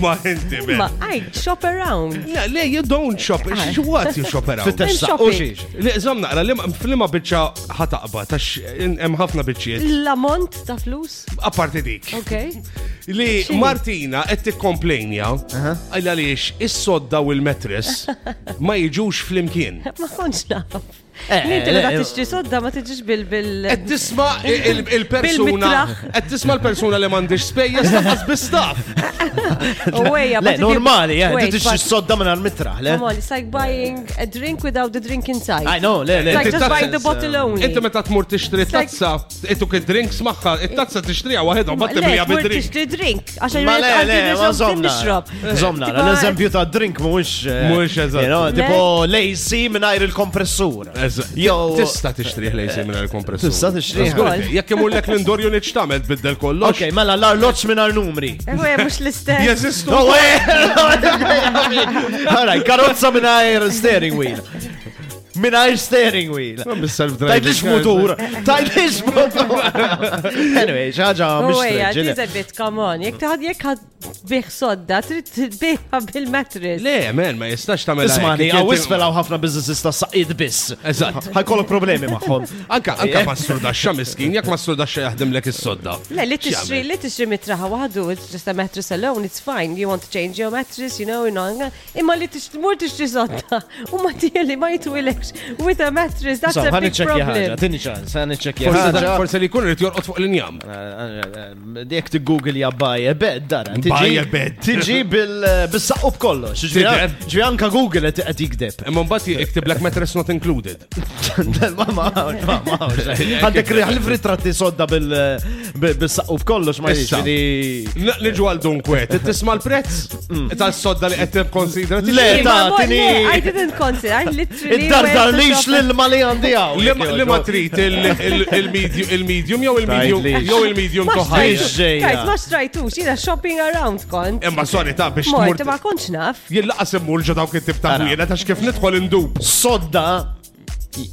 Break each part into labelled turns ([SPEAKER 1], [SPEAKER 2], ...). [SPEAKER 1] Ma inti
[SPEAKER 2] Ma,
[SPEAKER 1] beh.
[SPEAKER 2] I shop around.
[SPEAKER 1] No, le, you don't shop. She what you shop around?
[SPEAKER 2] Fittex
[SPEAKER 3] Fittex
[SPEAKER 2] saq,
[SPEAKER 3] u
[SPEAKER 2] u xiex.
[SPEAKER 3] xiex.
[SPEAKER 1] Le, zomna, għala, lima- fl-lima bieċa ħataqba, tax hemm ħafna bieċiet,
[SPEAKER 2] L-ammont ta' flus,
[SPEAKER 1] apparti dik.
[SPEAKER 2] ok?
[SPEAKER 1] Li
[SPEAKER 2] Xini?
[SPEAKER 1] Martina qed tikkomplejnja għal għaliex is-sodda u l-metres ma jiġux flimkien.
[SPEAKER 2] Ma konċ naf.
[SPEAKER 3] Eh,
[SPEAKER 2] Nint
[SPEAKER 3] eh,
[SPEAKER 2] li ta'
[SPEAKER 3] eh,
[SPEAKER 2] tixġi sodda ma tiġix bil bil.
[SPEAKER 1] Qed tisma' il- il- il-persuna
[SPEAKER 2] Bil-mitraħ.
[SPEAKER 1] qed tisma' l-persuna li m'għandix spejjeż taqas bistaf.
[SPEAKER 2] Uwejja,
[SPEAKER 3] eh, Le, normali, eh, ja, titix s-sodda minn għal-mitra, le?
[SPEAKER 2] Come on, it's like buying a drink without the drink inside.
[SPEAKER 3] I know, le, le.
[SPEAKER 2] Like
[SPEAKER 1] Inti
[SPEAKER 2] just
[SPEAKER 1] tazza-
[SPEAKER 2] buy the bottle only.
[SPEAKER 1] Inti meta tmur tixtri
[SPEAKER 2] It's like-
[SPEAKER 1] tazza, ittu kid drinks magħha, it-tazza tixtriha waħedhom ma tibnija
[SPEAKER 2] Le,
[SPEAKER 1] bid-drink.
[SPEAKER 2] tixtri drink. Għaxa
[SPEAKER 3] Ma le, le, ma eh, zomna.
[SPEAKER 2] nixrob.
[SPEAKER 3] Zomna,
[SPEAKER 2] Tipo,
[SPEAKER 3] l-eżempju ta' drink mux.
[SPEAKER 1] Mhuwiex eżatt.
[SPEAKER 3] Tipo lejsi minn il-kompressur.
[SPEAKER 1] Eh,
[SPEAKER 3] Jow.
[SPEAKER 1] Tista tixtriħ lejsi minn il-kompressur.
[SPEAKER 3] Tista' tixtrih.
[SPEAKER 1] Ascolti, Jekk imur lek l-indorju li ċtamet biddel kollox.
[SPEAKER 3] Ok, mela l-arloċ minn numri
[SPEAKER 2] Ewe, mux eh, l-istess.
[SPEAKER 1] Jeżistu.
[SPEAKER 3] No way! All right, karozza minn steering wheel. Minn steering wheel. Tajt lix mutur, tajt lix mutur. Anyway, xaġa mux
[SPEAKER 2] Uwejja,
[SPEAKER 3] ġili.
[SPEAKER 2] tiza bit, come on. Jek taħad jek ħad biħ sodda, trid biħa bil-matris.
[SPEAKER 1] Le, men, ma jistax tamel.
[SPEAKER 3] Ismani, għaw isfelaw ħafna biznesis ta' saqid biss.
[SPEAKER 1] Eżatt.
[SPEAKER 3] Ħajkollok problemi maħħom.
[SPEAKER 1] Anka, anka
[SPEAKER 3] Eh.
[SPEAKER 1] pastur daxxa miskin, jekk mastur daxxa jaħdem lek is-sodda.
[SPEAKER 2] Le, li tixri, li tixri mitraħa waħdu, it's just a mattress alone, it's fine, you want to change your mattress, you know, you know, imma li tixri, mur tixri sodda, u ma tijeli ma jitwilekx with a mattress, that's
[SPEAKER 3] So,
[SPEAKER 2] a
[SPEAKER 3] ħan
[SPEAKER 2] big
[SPEAKER 3] iċċekja ħagġa,
[SPEAKER 2] problem.
[SPEAKER 3] tini ċans, ħan Eh, iċċekja
[SPEAKER 1] Forse
[SPEAKER 3] ħagġa.
[SPEAKER 1] dak- forse li kun rrit jorqot fuq l-injam.
[SPEAKER 3] Dek t-Google ja baje bed, dara. tiġi-
[SPEAKER 1] Baje bed.
[SPEAKER 3] Tiġi eh, bil-saqqu b'kollox.
[SPEAKER 1] Tidher.
[SPEAKER 3] Ġvi anka Google qed- qed jikdeb.
[SPEAKER 1] Imma mbagħad iktib lek mattress not included.
[SPEAKER 3] Ma- ma- ma- ma- Għandek riħ li frittratti sodda bil- eh, bil- bil-saqqu b'kollox ma
[SPEAKER 1] Issa.
[SPEAKER 3] jiġri.
[SPEAKER 1] Na- Niġu għal dunkwe, tisma l-prezz? Tal-sodda li qed konsidra
[SPEAKER 3] Mm. Le,
[SPEAKER 2] Imma
[SPEAKER 3] ta'
[SPEAKER 2] mo-
[SPEAKER 3] tini-
[SPEAKER 2] le, I didn't consider, I literally. went
[SPEAKER 3] Id-dardar
[SPEAKER 2] to
[SPEAKER 3] lix
[SPEAKER 2] shop-
[SPEAKER 3] l-ilma li għandi għaw.
[SPEAKER 1] Li ma trid il- il- il-medium il-medium jew il-medium
[SPEAKER 3] Tajt lix.
[SPEAKER 1] jew il-medium
[SPEAKER 2] Ma
[SPEAKER 1] toħħajja.
[SPEAKER 3] Ix
[SPEAKER 2] xtrajtux,
[SPEAKER 3] ġejja.
[SPEAKER 2] guys, ma xtrajtux, jina shopping around
[SPEAKER 3] Eh,
[SPEAKER 2] kont.
[SPEAKER 1] Imma sorry ta' biex
[SPEAKER 2] Mort, ma
[SPEAKER 1] tmur.
[SPEAKER 2] konċ naf.
[SPEAKER 1] Jillaqas immur ġo dawk it-tib ta'
[SPEAKER 3] Ara.
[SPEAKER 1] wiena ta' kif nidħol indub.
[SPEAKER 3] Sodda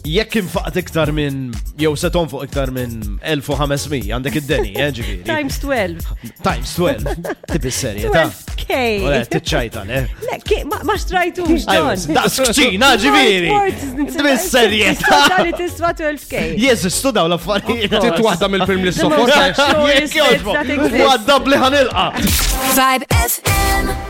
[SPEAKER 3] jekk infaqt iktar minn jew se tonfoq iktar minn 1500 għandek id-deni, eh, ġifieri.
[SPEAKER 2] Times 12.
[SPEAKER 3] Times 12. Tibi serje, Eh, ta'.
[SPEAKER 2] 12k.
[SPEAKER 3] Ora, t-ċajta, ne?
[SPEAKER 2] Le, ki- ma- ma xtrajtux,
[SPEAKER 3] أيوة،
[SPEAKER 2] John.
[SPEAKER 3] Daqs kċina, ġiviri! Tibi serje, ta'.
[SPEAKER 2] Tani tiswa 12k.
[SPEAKER 3] Jeżistu daw l-affarijiet.
[SPEAKER 1] Tit waħda mill-film li
[SPEAKER 2] The most
[SPEAKER 1] sofort.
[SPEAKER 2] actual
[SPEAKER 3] Jekk
[SPEAKER 2] estates
[SPEAKER 3] jogħġbok,
[SPEAKER 2] that exist.
[SPEAKER 3] Wadda bliħan ilqa.
[SPEAKER 4] Vibe FM.